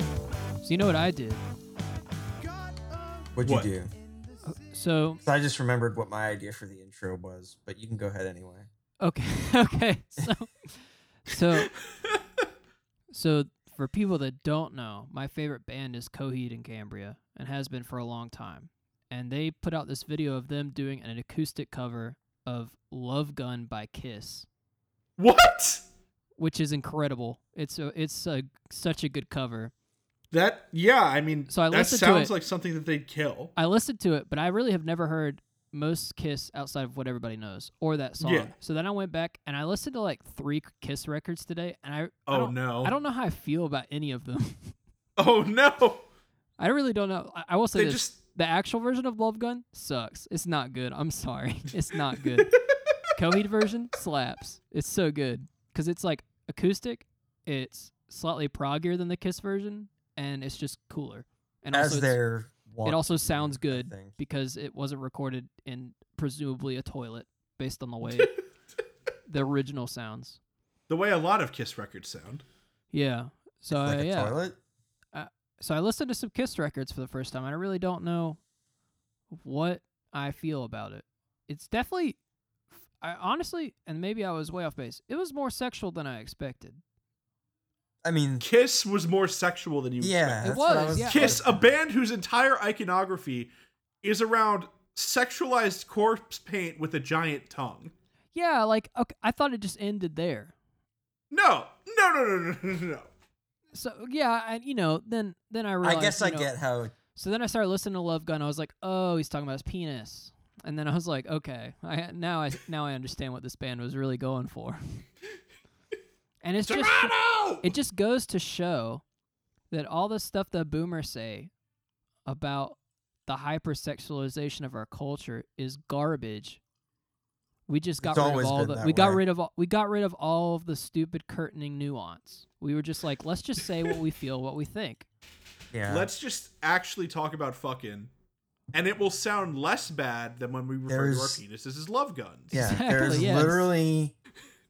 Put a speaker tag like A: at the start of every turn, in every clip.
A: So you know what I did?
B: What'd you
C: What?
B: do?
A: So
B: 'Cause I just remembered what my idea for the intro was, but you can go ahead anyway.
A: okay, okay. So so so for people that don't know, my favorite band is Coheed and Cambria and has been for a long time. And they put out this video of them doing an acoustic cover of Love Gun by Kiss.
C: What?
A: which is incredible. It's a, it's a, such a good cover.
C: That yeah, I mean
A: So I
C: that
A: listened to
C: sounds
A: it.
C: like something that they'd kill.
A: I listened to it, but I really have never heard most Kiss outside of what everybody knows or that song.
C: Yeah.
A: So then I went back and I listened to like three Kiss records today, and I I
C: Oh
A: don't,
C: no.
A: I don't know how I feel about any of them.
C: Oh no.
A: I really don't know. I, I will say
C: They
A: this:
C: just
A: the actual version of Love Gun sucks. It's not good. I'm sorry, it's not good. Coheed version slaps. It's so good because it's like acoustic. It's slightly proggier than the Kiss version, and it's just cooler. And also
B: As
A: it's-
B: their want
A: it also
B: to do,
A: sounds
B: I
A: good
B: think.
A: because it wasn't recorded in presumably a toilet, based on the way the original sounds.
C: the way a lot of Kiss records sound.
A: Yeah. So
B: Like
A: I,
B: a
A: Uh, yeah.
B: toilet?
A: So I listened to some Kiss records for the first time, and I really don't know what I feel about it. It's definitely, I honestly, and maybe I was way off base. It was more sexual than I expected.
B: I mean,
C: Kiss was more sexual than you
B: yeah.
A: It
B: that's what I
A: was, yeah.
C: Kiss, a band whose entire iconography is around sexualized corpse paint with a giant tongue.
A: Yeah, like okay, I thought it just ended there.
C: No, no, no, no, no, no, no, no.
A: So yeah, and you know, then then I
B: I
A: realized.
B: guess
A: you
B: I
A: know,
B: get how.
A: So then I started listening to Love Gun. I was like, oh, he's talking about his penis. And then I was like, okay, I now I now I understand what this band was really going for. and it's just
C: Toronto!
A: it just goes to show that all the stuff that boomers say about the hypersexualization of our culture is garbage. We just got
B: It's
A: rid of
B: always
A: all
B: been
A: the
B: that
A: we got
B: way.
A: rid of all, we got rid of all of the stupid curtaining nuance. We were just like, let's just say what we feel, what we think.
B: Yeah.
C: Let's just actually talk about fucking, and it will sound less bad than when we refer to our
B: There's-
C: penises as love guns.
B: yeah.
A: Exactly,
B: There's
A: yes.
B: literally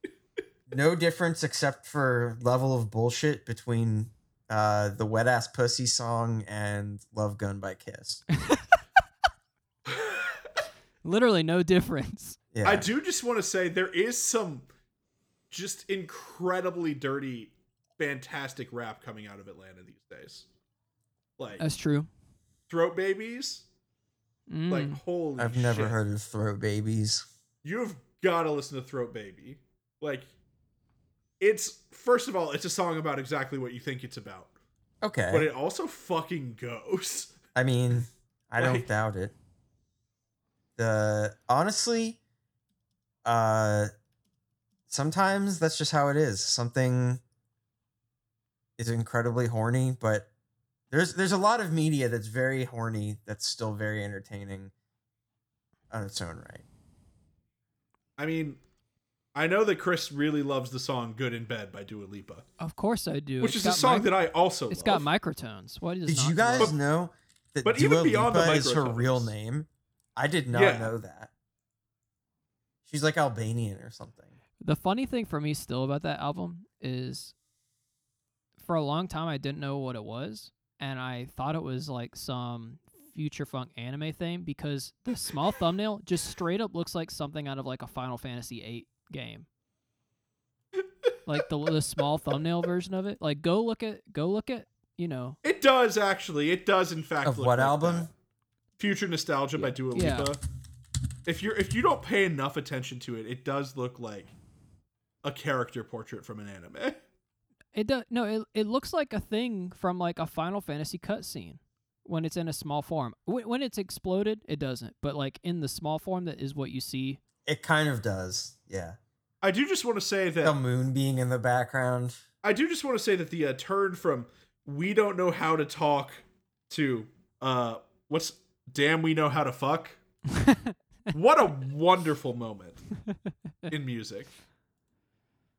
B: no difference except for level of bullshit between uh, the wet ass pussy song and Love Gun by Kiss.
A: Literally no difference.
B: Yeah.
C: I do just want to say there is some just incredibly dirty, fantastic rap coming out of Atlanta these days. Like
A: That's true.
C: throat babies,
A: Mm.
C: like holy.
B: I've never
C: shit.
B: heard of Throat Babies.
C: You've got to listen to Throat Baby. Like, it's first of all, it's a song about exactly what you think it's about,
B: Okay.
C: but it also fucking goes.
B: I mean, I don't
C: Like-
B: doubt it. The honestly, uh, sometimes that's just how it is. Something is incredibly horny, but there's there's a lot of media that's very horny that's still very entertaining on its own right.
C: I mean, I know that Chris really loves the song "Good in Bed" by Dua Lipa,
A: Of course I do.
C: which
A: It's
C: is a
A: got
C: song
A: mic-
C: that I also.
A: It's
C: love.
A: got microtones. What is
B: Did you guys know that
C: But
B: Dua
C: even beyond the
B: Lipa is her real
C: microtones.
B: name? I did not
C: Yeah.
B: know that. She's like Albanian or something.
A: The funny thing for me still about that album is for a long time I didn't know what it was and I thought it was like some future funk anime thing because the small thumbnail just straight up looks like something out of like a Final Fantasy 8 game. like the the small thumbnail version of it. Like go look at go look at, you know,
C: It does actually. It does in fact.
B: Of
C: look
B: what
C: like
B: album?
C: that. Future Nostalgia by Dua
A: Yeah.
C: Lipa. If you're if you don't pay enough attention to it, it does look like a character portrait from an anime.
A: It does. No, it it looks like a thing from like a Final Fantasy cutscene when it's in a small form. When, when it's exploded, it doesn't. But like in the small form, that is what you see.
B: It kind of does. Yeah.
C: I do just want to say that
B: the moon being in the background.
C: I do just want to say that the uh, turn from we don't know how to talk to uh what's damn we know how to fuck. what a wonderful moment in music.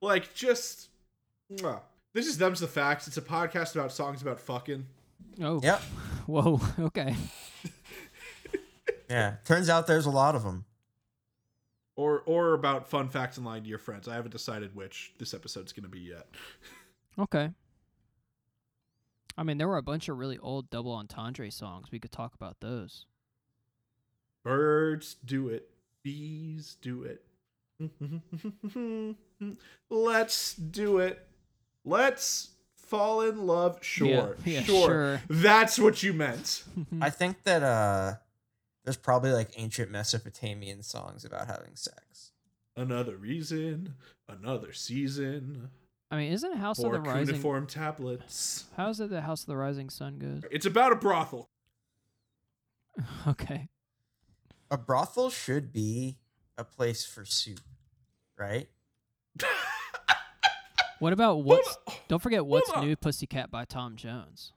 C: Like just mwah. this is them's the facts. It's a podcast about songs about fucking.
A: Oh,
B: Yep.
A: Whoa. Okay.
B: Yeah. Turns out there's a lot of them.
C: Or, or about fun facts and lying to your friends. I haven't decided which this episode's going to be yet.
A: Okay. I mean, there were a bunch of really old double entendre songs. We could talk about those.
C: Birds do it. Bees do it. Let's do it. Let's fall in love. Sure.
A: yeah,
C: sure.
A: sure.
C: That's what you meant.
B: I think that uh, there's probably like ancient Mesopotamian songs about having sex.
C: Another reason. Another season.
A: I mean, isn't House of
C: More
A: the Rising?
C: cuneiform tablets.
A: How is it that House of the Rising Sun goes?
C: It's about a brothel.
A: Okay.
B: A brothel should be a place for soup, right?
A: What about what's?
C: Hold
A: Don't forget what's
C: on.
A: new, Pussycat by Tom Jones.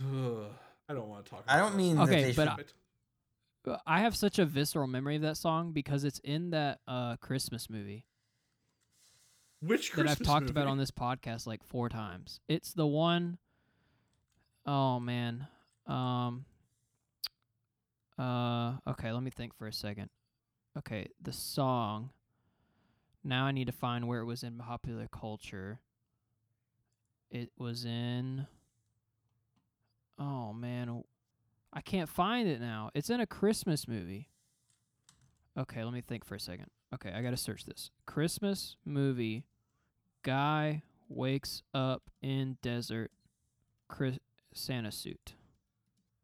C: on. Ugh, I don't want to talk. About
B: I don't
C: that.
B: mean
A: Okay,
B: that they
A: but
B: should
A: I- Uh, I have such a visceral memory of that song because it's in that uh, Christmas movie
C: which
A: that
C: Christmas
A: I've talked about
C: movie?
A: on this podcast like four times. It's the one oh man. Um. Uh. Okay. Let me think for a second. Okay. The song. Now I need to find where it was in popular culture. It was in. Oh man, w- I can't find it now. It's in a Christmas movie. Okay, let me think for a second. Okay, I gotta search this. Christmas movie. Guy wakes up in desert. Chris Santa suit.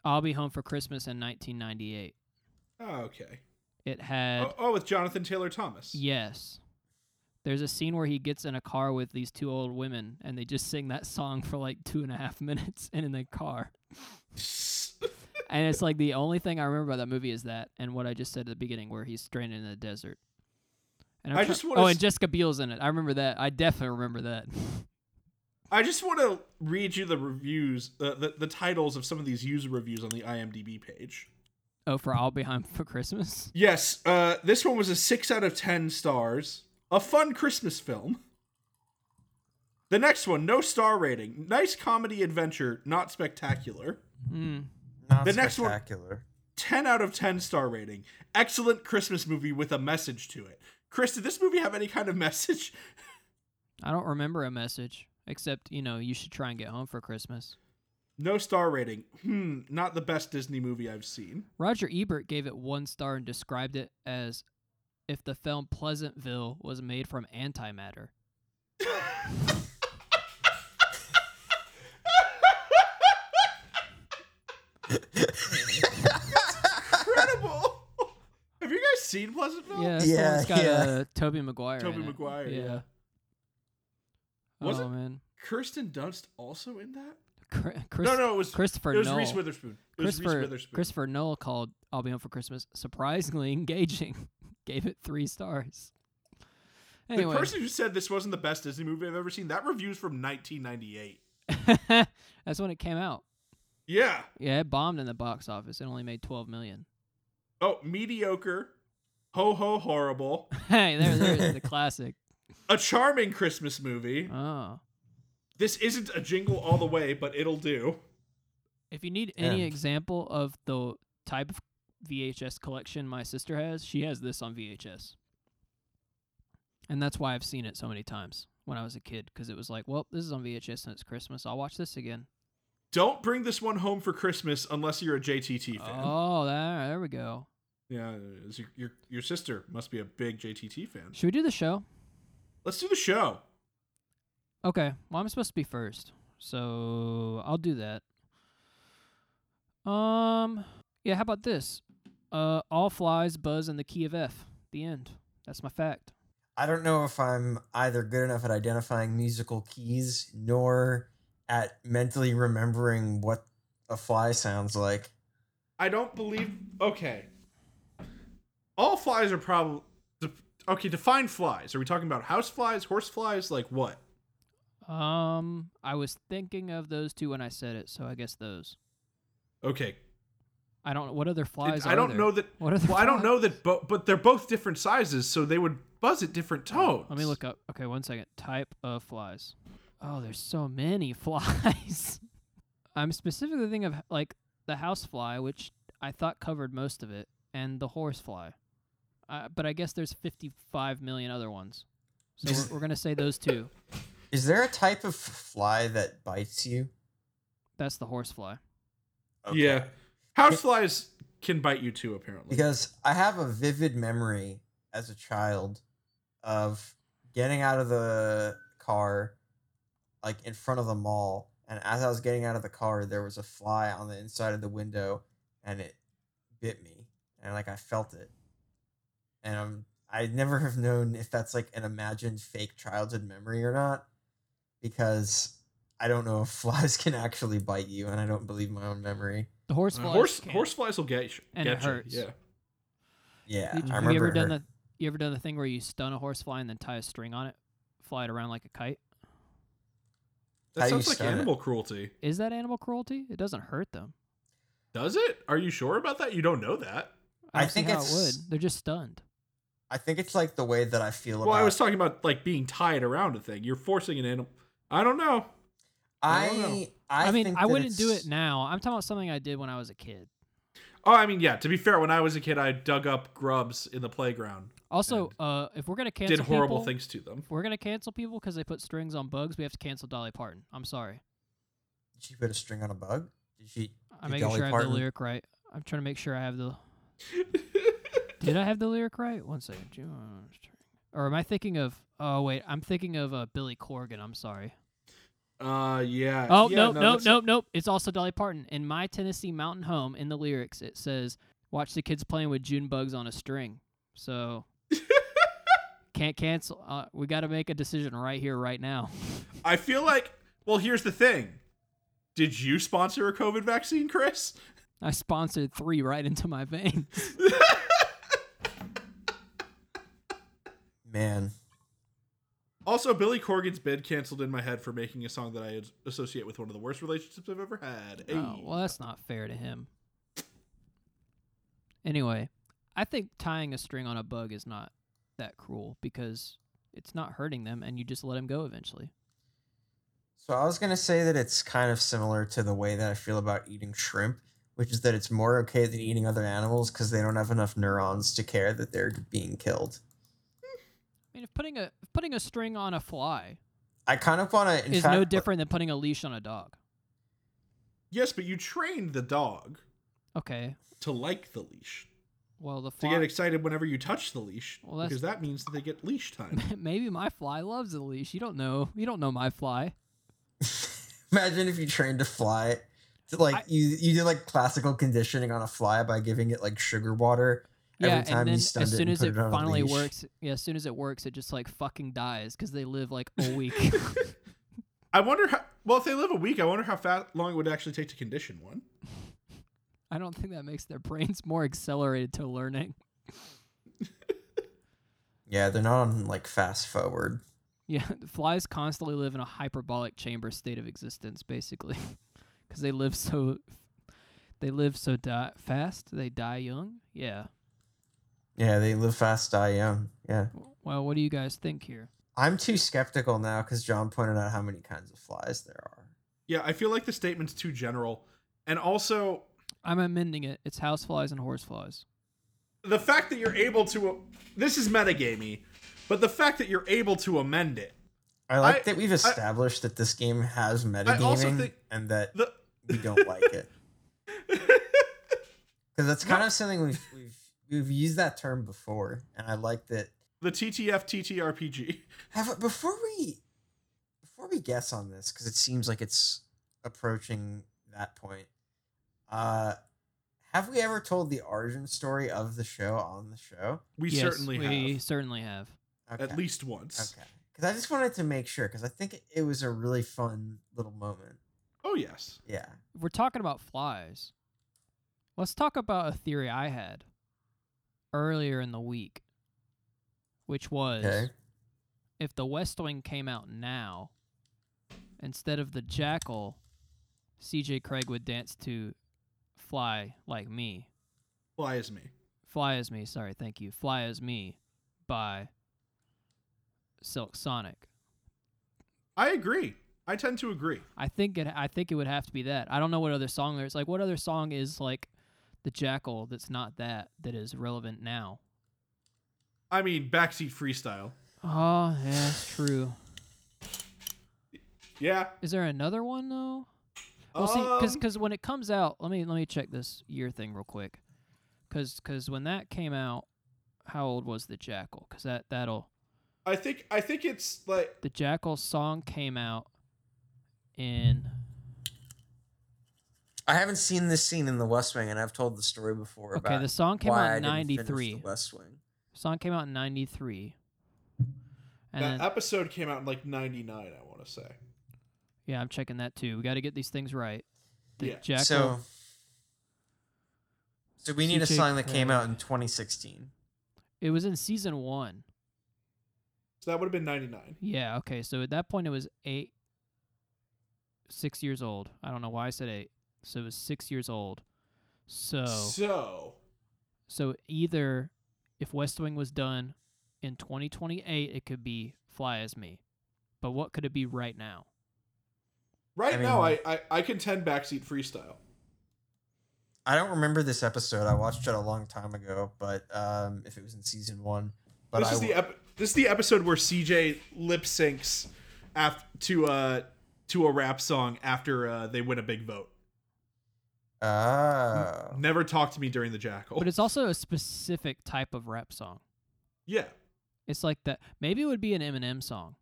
A: I'll be home for Christmas in 1998.
C: Oh, okay.
A: It had
C: Oh, oh, with Jonathan Taylor Thomas.
A: yes. There's a scene where he gets in a car with these two old women, and they just sing that song for like two and a half minutes in the car. and it's like the only thing I remember about that movie is that, and what I just said at the beginning, where he's stranded in the desert. And I'm
C: I
A: try-
C: just wanna
A: oh,
C: s-
A: and Jessica Biel's in it. I remember that. I definitely remember that.
C: I just want to read you the reviews, uh, the the titles of some of these user reviews on the IMDb page.
A: oh, for I'll Be Home for Christmas.
C: Yes, uh, this one was a six out of ten stars. A fun Christmas film. The next one, no star rating. Nice comedy adventure, not spectacular.
A: Hmm.
B: not
C: The next one-
B: spectacular.
C: 10 out of 10 star rating. Excellent Christmas movie with a message to it. Chris, did this movie have any kind of message?
A: I don't remember a message except you know you should try and get home for Christmas.
C: No star rating. Hmm, not the best Disney movie I've seen.
A: Roger Ebert gave it one star and described it as if the film Pleasantville was made from antimatter.
C: Incredible! have you guys seen Pleasantville?
A: Yeah, that's the one that's
B: Yeah,
A: got
B: yeah.
A: uh, Toby Maguire.
C: Tobey
A: in it.
C: Maguire,
A: Yeah.
C: yeah. Was
A: oh
C: it-
A: man,
C: Kirsten Dunst also in that?
A: Cr- uh, Chris-
C: no, no, it was
A: Christopher
C: it was
A: Nolan.
C: Reese Witherspoon. It was Reese
A: Christopher
C: Witherspoon.
A: Christopher Noel called "I'll Be Home for Christmas" surprisingly engaging. Gave it three stars.
C: the
A: Anyway,
C: person who said this wasn't the best Disney movie I've ever seen, that review's from 1998.
A: that's when it came out.
C: Yeah.
A: Yeah, it bombed in the box office. It only made twelve million.
C: Oh, mediocre. Ho ho horrible.
A: Hey, there, there's the classic.
C: A charming Christmas movie.
A: Oh,
C: This isn't a jingle all the way, but it'll do.
A: if you need any
B: Yeah.
A: example of the type of VHS collection my sister has, she has this on VHS, and that's why I've seen it so many times when I was a kid because it was like, well, this is on VHS and it's Christmas. I'll watch this again.
C: Don't bring this one home for Christmas unless you're a JTT fan.
A: Oh, there, there we go.
C: Yeah, it's your, your your sister must be a big JTT fan.
A: Should we do the show?
C: Let's do the show.
A: Okay. Well, I'm supposed to be first, so I'll do that. Um. Yeah. How about this? Uh, all flies buzz in the key of F. The end. That's my fact.
B: I don't know if I'm either good enough at identifying musical keys nor at mentally remembering what a fly sounds like.
C: I don't believe. Okay. All flies are probably. Okay, define flies. Are we talking about house flies, horse flies, like what?
A: Um, I was thinking of those two when I said it, so I guess those.
C: Okay,
A: I don't. What other flies?
C: I
A: are
C: don't
A: there?
C: know that-
A: What other
C: well, I don't know
A: flies?
C: that, but but they're both different sizes, so they would buzz at different tones.
A: Oh, Let me look up. Okay, one second. Type of flies. Oh, there's so many flies. I'm specifically thinking of like the house fly, which I thought covered most of it, and the horse fly. Uh, but I guess there's 55 million other ones. So we're, we're going to say those two.
B: Is there a type of fly that bites you?
A: That's the horsefly.
C: Yeah. Houseflies can bite you too, apparently.
B: Because I have a vivid memory as a child of getting out of the car, like in front of the mall. And as I was getting out of the car, there was a fly on the inside of the window and it bit me. And like I felt it. And I'm, I never have known if that's like an imagined fake childhood memory or not because I don't know if flies can actually bite you. And I don't believe my own memory.
A: The horsefly.
C: horse horseflies will get you.
A: And it
C: get you,
A: hurts.
C: Yeah.
B: Yeah.
A: Did-
B: I
A: have
B: remember
A: you ever
B: it
A: done
B: hurt.
A: the you ever done the thing where you stun a horsefly and then tie a string on it, fly it around like a kite?
C: That
B: How you
C: sounds like
B: stun it.
C: animal cruelty.
A: Is that animal cruelty? It doesn't hurt them.
C: Does it? Are you sure about that? You don't know that.
A: I,
B: I
A: don't see
B: think
A: how it
B: it's-
A: would. They're just stunned.
B: I think it's like the way that I feel
C: Well,
B: about
C: I was talking about like being tied around a thing. You're forcing an animal. I don't know. I don't know.
B: I I,
A: I, mean,
B: think
A: I
B: that
A: wouldn't do
B: it's-
A: it now. I'm talking about something I did when I was a kid.
C: Oh, I mean, yeah. To be fair, when I was a kid, I dug up grubs in the playground.
A: Also,
C: And
A: uh, if we're gonna cancel
C: did horrible
A: people,
C: things to them.
A: If we're gonna cancel people because they put strings on bugs, we have to cancel Dolly Parton. I'm sorry.
B: Did she put a string on a bug? Did she?
A: I'm
B: did
A: making
B: Dolly
A: sure I have
B: Parton-
A: the lyric right. I'm trying to make sure I have the. Did I have the lyric right? One second. Ju- uh, string. Or am I thinking of? Oh wait, I'm thinking of uh, Billy Corgan. I'm sorry.
C: Uh, yeah.
A: Oh
C: yeah,
A: nope, nope,
C: that's-
A: nope, nope. It's also Dolly Parton. In my Tennessee mountain home, in the lyrics, it says, "Watch the kids playing with June bugs on a string." So can't cancel. Uh, we got to make a decision right here, right now.
C: I feel like. Well, here's the thing. Did you sponsor a COVID vaccine, Chris?
A: I sponsored three right into my vein.
B: Man,
C: Also, Billy Corgan's bid canceled in my head for making a song that I as- associate with one of the worst relationships I've ever had.
A: Oh,
C: Hey.
A: well, that's not fair to him. Anyway, I think tying a string on a bug is not that cruel because it's not hurting them and you just let them go eventually.
B: so I was gonna say that it's kind of similar to the way that I feel about eating shrimp, which is that it's more okay than eating other animals because they don't have enough neurons to care that they're being killed.
A: I mean, if putting a if putting a string on a fly
B: I kind of want to.
A: is no different than putting a leash on a dog.
C: Yes, but you trained the dog
A: Okay.
C: to like the leash,
A: Well, the
C: to
A: fly
C: get excited whenever you touch the leash,
A: Well, that's-
C: because that means that they get leash time.
A: maybe my fly loves the leash. You don't know. You don't know my fly.
B: Imagine if you trained a fly, to like
A: I-
B: you you did like classical conditioning on a fly by giving it like sugar water.
A: Yeah,
B: Every time
A: and
B: you
A: then
B: stunned
A: as
B: it
A: soon
B: and
A: as
B: put
A: it
B: it on a
A: finally
B: leash.
A: works, yeah, as soon as it works, it just like fucking dies because they live like a week.
C: I wonder how. Well, if they live a week, I wonder how fast long it would actually take to condition one.
A: I don't think that makes their brains more accelerated to learning.
B: Yeah, they're not on like fast forward.
A: Yeah, the flies constantly live in a hyperbolic chamber state of existence, basically, because they live so they live so di- fast. They die young. Yeah.
B: Yeah, they live fast, die young. Yeah.
A: Well, what do you guys think here?
B: I'm too skeptical now because John pointed out how many kinds of flies there are.
C: Yeah, I feel like the statement's too general, and also
A: I'm amending it. It's houseflies and horseflies.
C: the fact that you're able to. This is metagamey, but the fact that you're able to amend it.
B: I like
C: I-
B: that we've established that this game has
C: also
B: metagaming
C: think
B: and that
C: The
B: we don't like it. Because that's kind of something we've, we've we've used that term before, and I like that.
C: the TTF TTRPG.
B: Have before we before we guess on this, because it seems like it's approaching that point. Uh, have we ever told the origin story of the show on the show?
C: We
A: Yes,
C: certainly
A: we
C: have
A: certainly have.
C: at least once.
B: Okay. Because I just wanted to make sure, because I think it, it was a really fun little moment.
C: Oh yes.
B: Yeah.
A: If we're talking about flies. Let's talk about a theory I had earlier in the week, which was.
B: Okay.
A: if the West Wing came out now, instead of the Jackal, CJ Craig would dance to Fly Like Me.
C: Fly as me.
A: Fly as Me, sorry, thank you. Fly as Me by Silk Sonic.
C: I agree. I tend to agree.
A: I think it I think it would have to be that. I don't know what other song there's like what other song is like the Jackal that's not that that is relevant now.
C: I mean, backseat freestyle.
A: Oh, yeah, that's true.
C: Yeah.
A: Is there another one though? Well, see, because
C: Um,
A: when it comes out, let me let me check this year thing real quick, because when that came out, how old was the Jackal? Because that that'll
C: I think I think it's like
A: the Jackal song came out in
B: I haven't seen this scene in The West Wing, and I've told the story before
A: okay.
B: about
A: The song came
B: why
A: out
B: I
A: in
B: didn't finish
A: '93.
B: The West Wing.
A: Song came out in '93, and
C: that
A: then,
C: episode came out in like '99. I want to say.
A: yeah, I'm checking that too. We got to get these things right. The
C: Yeah.
A: Jackal.
B: So, so we need a
A: CJ
B: song that came out
A: Craig.
B: in 2016.
A: it was in season one.
C: So that would have been '99.
A: Yeah, okay. So at that point it was eight six years old. I don't know why I said eight. So it was six years old. So
C: So
A: so either if West Wing was done in twenty twenty eight it could be Fly as Me. But what could it be right now?
C: right
B: I mean-
C: now, I, I I contend backseat freestyle.
B: I don't remember this episode. I watched it a long time ago, but um, if it was in season one, but
C: this
B: I
C: is the
B: will-
C: ep- this is the episode where CJ lip syncs after to uh to a rap song after uh, they win a big vote.
B: oh,
C: Never talk to me during the jackal.
A: But it's also a specific type of rap song.
C: yeah.
A: It's like that maybe it would be an Eminem song.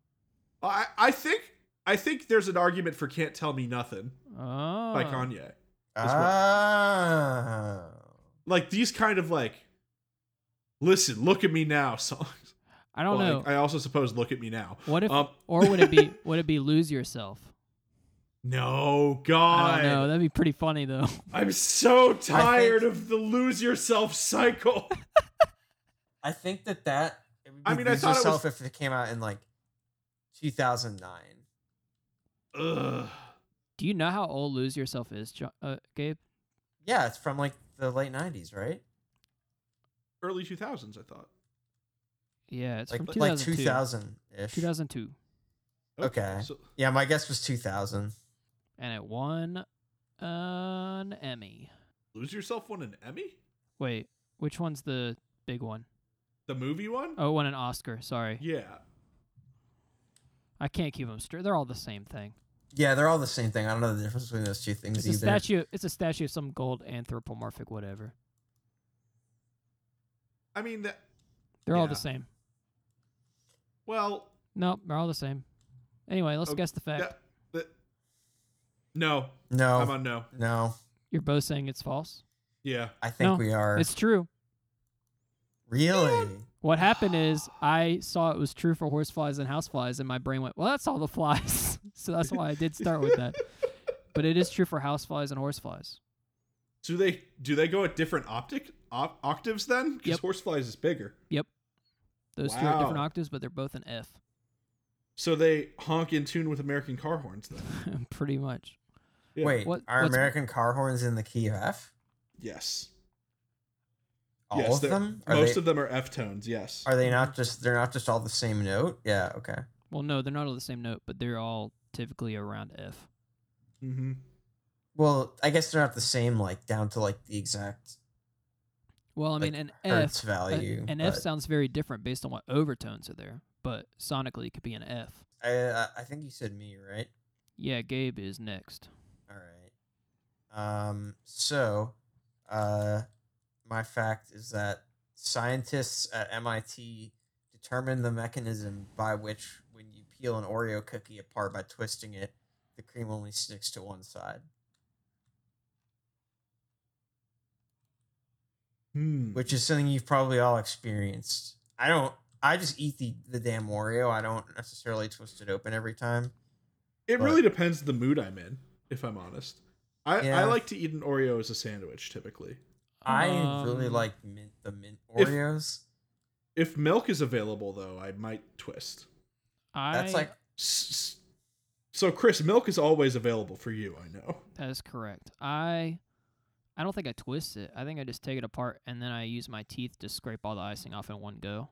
C: I I think I think there's an argument for "Can't Tell Me Nothing"
A: Oh
C: by Kanye.
B: oh.
C: Like these kind of like, listen, look at me now songs.
A: I don't
C: Well,
A: know.
C: I, I also suppose "Look at Me Now."
A: what if
C: um,
A: or would it be would it be Lose Yourself?
C: No
A: I
C: God,
A: don't know. That'd be pretty funny though.
C: I'm so tired of the lose yourself cycle.
B: I think that that. It would
C: I
B: be
C: mean, I
B: Lose
C: thought it was-
B: yourself if it came out in like 2009.
C: Ugh.
A: Do you know how old Lose Yourself is, Jo- uh, Gabe?
B: Yeah, it's from like the late 90s, right?
C: Early 2000s, I thought.
A: Yeah, it's
B: like
A: from
B: like
A: 2002.
B: 2000 ish.
A: 2002.
B: Okay.
C: Oh, So,
B: Yeah, my guess was 2000.
A: And it won an Emmy.
C: lose yourself won an Emmy?
A: Wait, which one's the big one?
C: The movie one?
A: Oh, it won an Oscar. Sorry.
C: Yeah.
A: I can't keep them straight. They're all the same thing.
B: Yeah, they're all the same thing. I don't know the difference between those two things
A: It's a
B: either.
A: statue. It's a statue of some gold anthropomorphic whatever.
C: I mean, that,
A: They're all the
C: Yeah.
A: same.
C: well,
A: Nope, they're all the same. Anyway, let's
C: Oh,
A: guess the fact.
C: that, that, no,
B: No,
C: I'm on no.
B: no,
A: You're both saying it's false.
C: Yeah.
B: I think
A: No,
B: we are.
A: It's true.
B: really?
A: What happened is I saw it was true for horseflies and houseflies, and my brain went, "Well, that's all the flies." so that's why I did start with that. But it is true for houseflies and horseflies.
C: Do they do they go at different optic op, octaves then? Because
A: Yep.
C: horseflies is bigger.
A: Those two are different
C: Wow.
A: octaves, but they're both an F,
C: So they honk in tune with American car horns then.
A: pretty much.
C: Yeah.
B: Wait,
A: What-
B: are
A: what's-
B: American car horns in the key of F?
C: Yes.
B: All
C: yes,
B: of
C: they're-
B: them? Are
C: most
B: they,
C: of them are F tones. Yes.
A: Mm-hmm.
B: Are they not just? They're not just all the same note? Yeah. Okay.
A: Well, no, they're not all the same note, but they're all typically around F.
C: mm-hmm.
B: Well, I guess they're not the same, like down to like the exact
A: Well, I
B: Like
A: mean, an
B: hertz
A: F, a-
B: value.
A: an F
B: but
A: sounds very different based on what overtones are there, but sonically it could be an F.
B: I, I, I think you said me, right?
A: Yeah, Gabe is next.
B: All right. Um. So, uh, my fact is that scientists at MIT determined the mechanism by which, when you peel an Oreo cookie apart by twisting it, the cream only sticks to one side,
C: Hmm.
B: which is something you've probably all experienced. I don't. I just eat the the damn Oreo. I don't necessarily twist it open every time.
C: It
B: but-
C: really depends the mood I'm in, if I'm honest. I, I
B: Yeah.
C: like to eat an Oreo as a sandwich typically.
B: I really
A: Um,
B: like mint the mint
C: if-
B: Oreos.
C: If milk is available though, I might twist.
B: That's
A: I-
B: like
C: S- s- So Chris, milk is always available for you, I know.
A: That is correct. I I don't think I twist it. I think I just take it apart and then I use my teeth to scrape all the icing off in one go.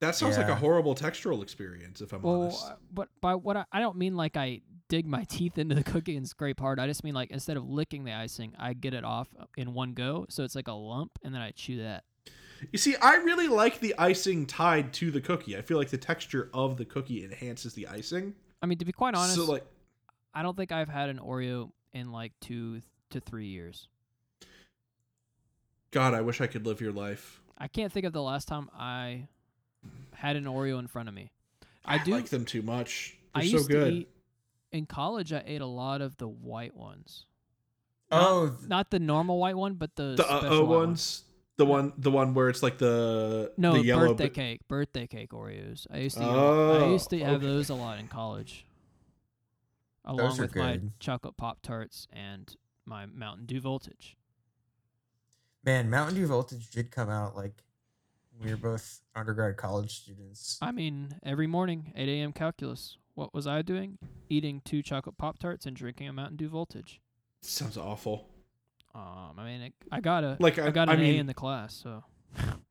C: That sounds like
B: Yeah.
C: a horrible textural experience if I'm
A: Well,
C: honest.
A: uh, but by what I, I don't mean like I dig my teeth into the cookie and scrape hard. I just mean like instead of licking the icing, I get it off uh, in one go, so it's like a lump, and then I chew that.
C: You see, I really like the icing tied to the cookie. I feel like the texture of the cookie enhances the icing.
A: I mean, to be quite honest,
C: so like
A: I don't think I've had an Oreo in like two th- to three years.
C: God, I wish I could live your life.
A: I can't think of the last time I had an Oreo in front of me. I do.
C: like them too much.
A: I
C: They're
A: used
C: so
A: to
C: good.
A: eat in college. I ate a lot of the white ones,
B: Oh, th-
A: not the normal white one, but the
C: the uh,
A: special
C: oh
A: white one.
C: ones, the one, the one where it's like the
A: No,
C: the yellow
A: birthday
C: bit-
A: cake, birthday cake Oreos. I used to, eat a lot- I
C: Oh,
A: used to have
C: okay.
A: those a lot in college, along
B: Those are
A: with my
B: good.
A: chocolate pop tarts and my Mountain Dew Voltage.
B: man, Mountain Dew Voltage did come out like we were both undergrad college students.
A: I mean, every morning, 8 a.m. calculus. What was I doing? Eating two chocolate pop tarts and drinking a Mountain Dew Voltage.
C: Sounds awful.
A: Um, I mean, it, I got a,
C: Like,
A: I
C: I-
A: got
C: I
A: an
C: mean-
A: A in the class, so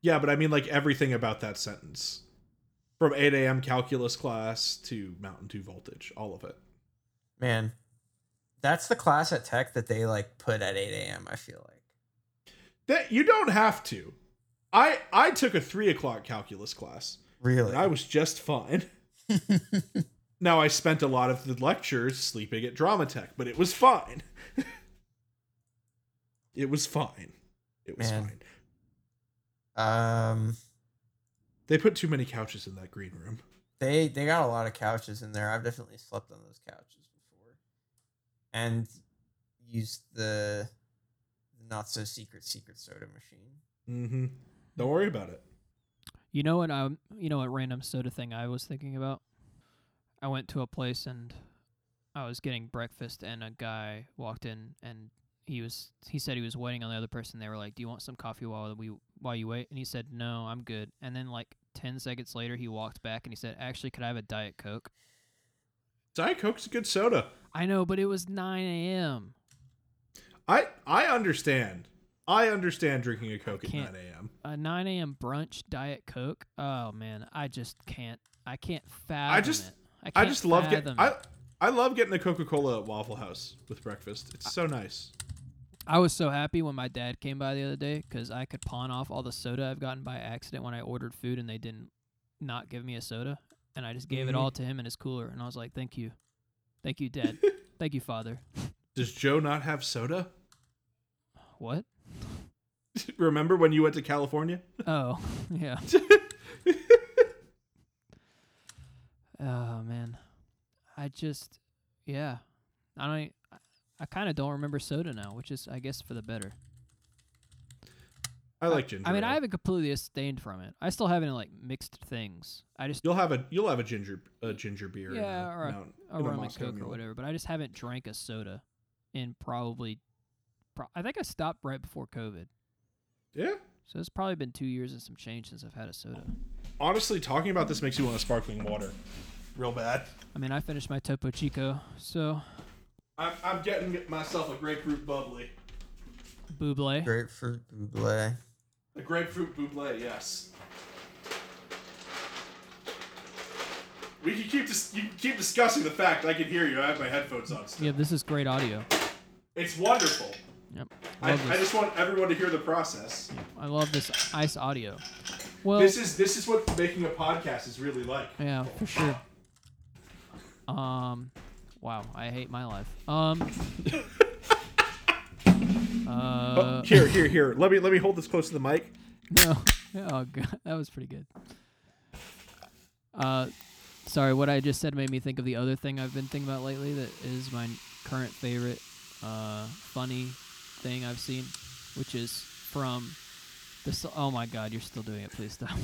C: Yeah, but I mean like everything about that sentence, from 8 a.m. calculus class to Mountain Dew voltage, all of it.
B: Man, that's the class at Tech that they like put at 8 a.m. I feel like.
C: That you don't have to. I I took a three o'clock calculus class.
B: Really?
C: and I was just fine. now I spent a lot of the lectures sleeping at Dramatech, but it was fine. it was fine. It was
B: Man.
C: fine.
B: um,
C: They put too many couches in that green room.
B: they they got a lot of couches in there. I've definitely slept on those couches before, and used the not so secret secret soda machine.
C: Mm-hmm. Don't worry about it.
A: you know what? I, you know what random soda thing I was thinking about. I went to a place and I was getting breakfast, and a guy walked in, and he was, he said he was waiting on the other person. They were like, "Do you want some coffee while we while you wait?" And he said, "No, I'm good." And then like ten seconds later, he walked back and he said, "Actually, could I have a diet coke?"
C: Diet Coke's a good soda.
A: I know, but it was 9 a.m.
C: I I understand. I understand drinking a Coke at
A: Can't-
C: 9 a.m.
A: A 9 a.m. brunch diet coke. Oh man, I just can't. I can't fathom
C: I just-
A: it. I,
C: I
A: can't
C: just love getting
A: fathom
C: I
A: it.
C: I love getting a Coca Cola at Waffle House with breakfast. It's so nice.
A: I was so happy when my dad came by the other day because I could pawn off all the soda I've gotten by accident when I ordered food and they didn't not give me a soda, and I just gave it
C: Mhm.
A: all to him in his cooler, and I was like, "Thank you, thank you, Dad, thank you, Father."
C: Does Joe not have soda?
A: What?
C: Remember when you went to California?
A: Oh, yeah. oh man, I just yeah, I don't. e- I- I kind of don't remember soda now, which is I guess for the better.
C: I like ginger.
A: I mean,
C: ale.
A: I haven't completely abstained from it. I still haven't like mixed things. I just
C: You'll have a you'll have a ginger a ginger beer. in
A: Yeah,
C: a
A: or a-
C: mountain-
A: a
C: in
A: rum and
C: Moscow
A: coke or
C: Mule.
A: whatever, but I just haven't drank a soda in probably. Pro- I think I stopped right before COVID,
C: Yeah.
A: so it's probably been two years and some change since I've had a soda.
C: Honestly, talking about this makes you want a sparkling water, real bad.
A: I mean, I finished my Topo Chico, so
C: I'm, I'm getting myself a grapefruit bubbly,
A: buble.
B: Grapefruit buble.
C: a grapefruit buble. Yes. We can keep dis- you can keep discussing the fact. I can hear you. I have my headphones on. Still.
A: Yeah, this is great audio.
C: It's wonderful.
A: Yep,
C: I,
A: love
C: I
A: this.
C: just want everyone to hear the process.
A: I love this ice audio. Well,
C: This is this is what making a podcast is really like.
A: Yeah, for sure. Um, wow, I hate my life. Um, uh,
C: Here, here, here. Let me let me hold this close to the mic.
A: no. Oh god, that was pretty good. Uh, sorry, what I just said made me think of the other thing I've been thinking about lately that is my current favorite, uh, funny thing I've seen, which is from the. so- Oh my god, you're still doing it. Please stop.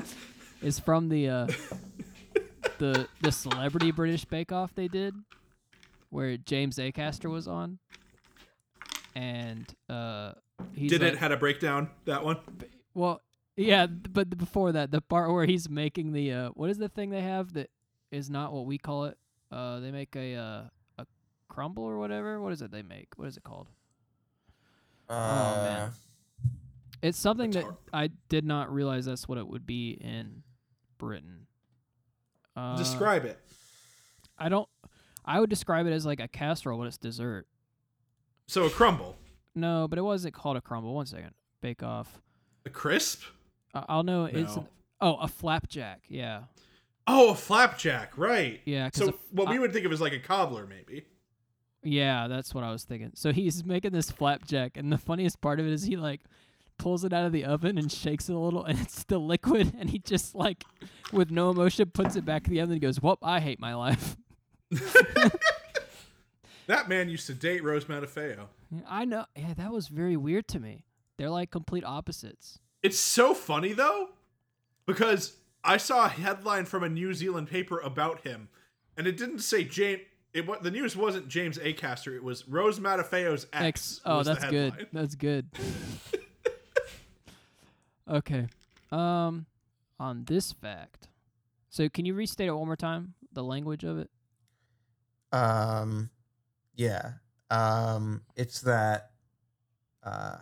A: it's from the uh, the the celebrity British Bake Off they did, where James Acaster was on, and uh, he's
C: Did
A: like,
C: it had a breakdown? That one.
A: well, yeah, th- but th- before that, the part where he's making the uh, what is the thing they have that is not what we call it? Uh, they make a uh, a crumble or whatever. What is it they make? What is it called?
B: Uh,
A: man. It's something
C: That's
A: that
C: hard.
A: I did not realize that's what it would be in Britain. Uh,
C: Describe it.
A: I don't. I would describe it as like a casserole, but it's dessert.
C: So a crumble,
A: No, but it wasn't called a crumble. One second, bake off.
C: a crisp.
A: I I'll know it's.
C: No.
A: Oh, a flapjack. Yeah,
C: Oh, a flapjack. Right.
A: yeah. 'cause
C: So
A: a-
C: what
A: I-
C: we would think of as like a cobbler, maybe.
A: Yeah, that's what I was thinking. So he's making this flapjack, and the funniest part of it is he like pulls it out of the oven and shakes it a little, and it's still liquid, and he just like with no emotion puts it back in the oven and goes, "Whoop! I hate my life."
C: That man used to date Rose Matafeo.
A: I know. Yeah, that was very weird to me. They're like complete opposites.
C: It's so funny though, because I saw a headline from a New Zealand paper about him, and it didn't say James. It wa- the news wasn't James Acaster. It was Rose Matafeo's ex.
A: X. Oh,
C: was the
A: that's good.
C: headline.
A: That's good. okay. Um, on this fact, so can you restate it one more time? The language of it.
B: Um, yeah. Um, it's that uh,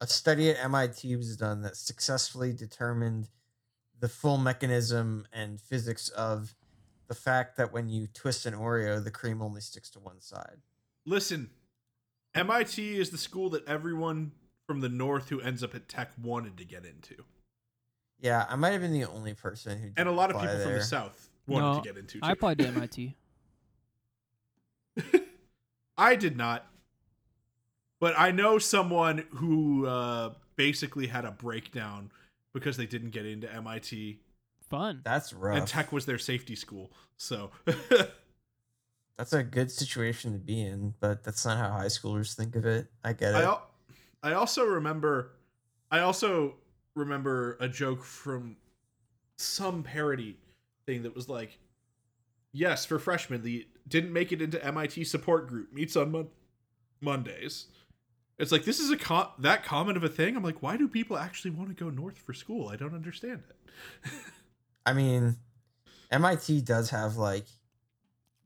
B: a study at MIT was done that successfully determined the full mechanism and physics of the fact that when you twist an Oreo, the cream only sticks to one side.
C: Listen, MIT is the school that everyone from the north who ends up at Tech wanted to get into,
B: Yeah, I might have been the only person who.
C: and a
B: didn't
C: lot of
B: apply
C: people from the
B: there.
C: south wanted
A: No,
C: to get into. Too.
A: I applied to MIT.
C: I did not. But I know someone who uh, basically had a breakdown because they didn't get into MIT,
A: Fun.
B: That's rough.
C: and tech was their safety school. So
B: that's a good situation to be in, but that's not how high schoolers think of it. I get it.
C: I, al- I also remember, I also remember a joke from some parody thing that was like, "Yes, for freshmen, the didn't make it into MIT support group meets on Mon- Mondays." It's like this is a co that common of a thing. I'm like, why do people actually want to go north for school? I don't understand it.
B: I mean, MIT does have like,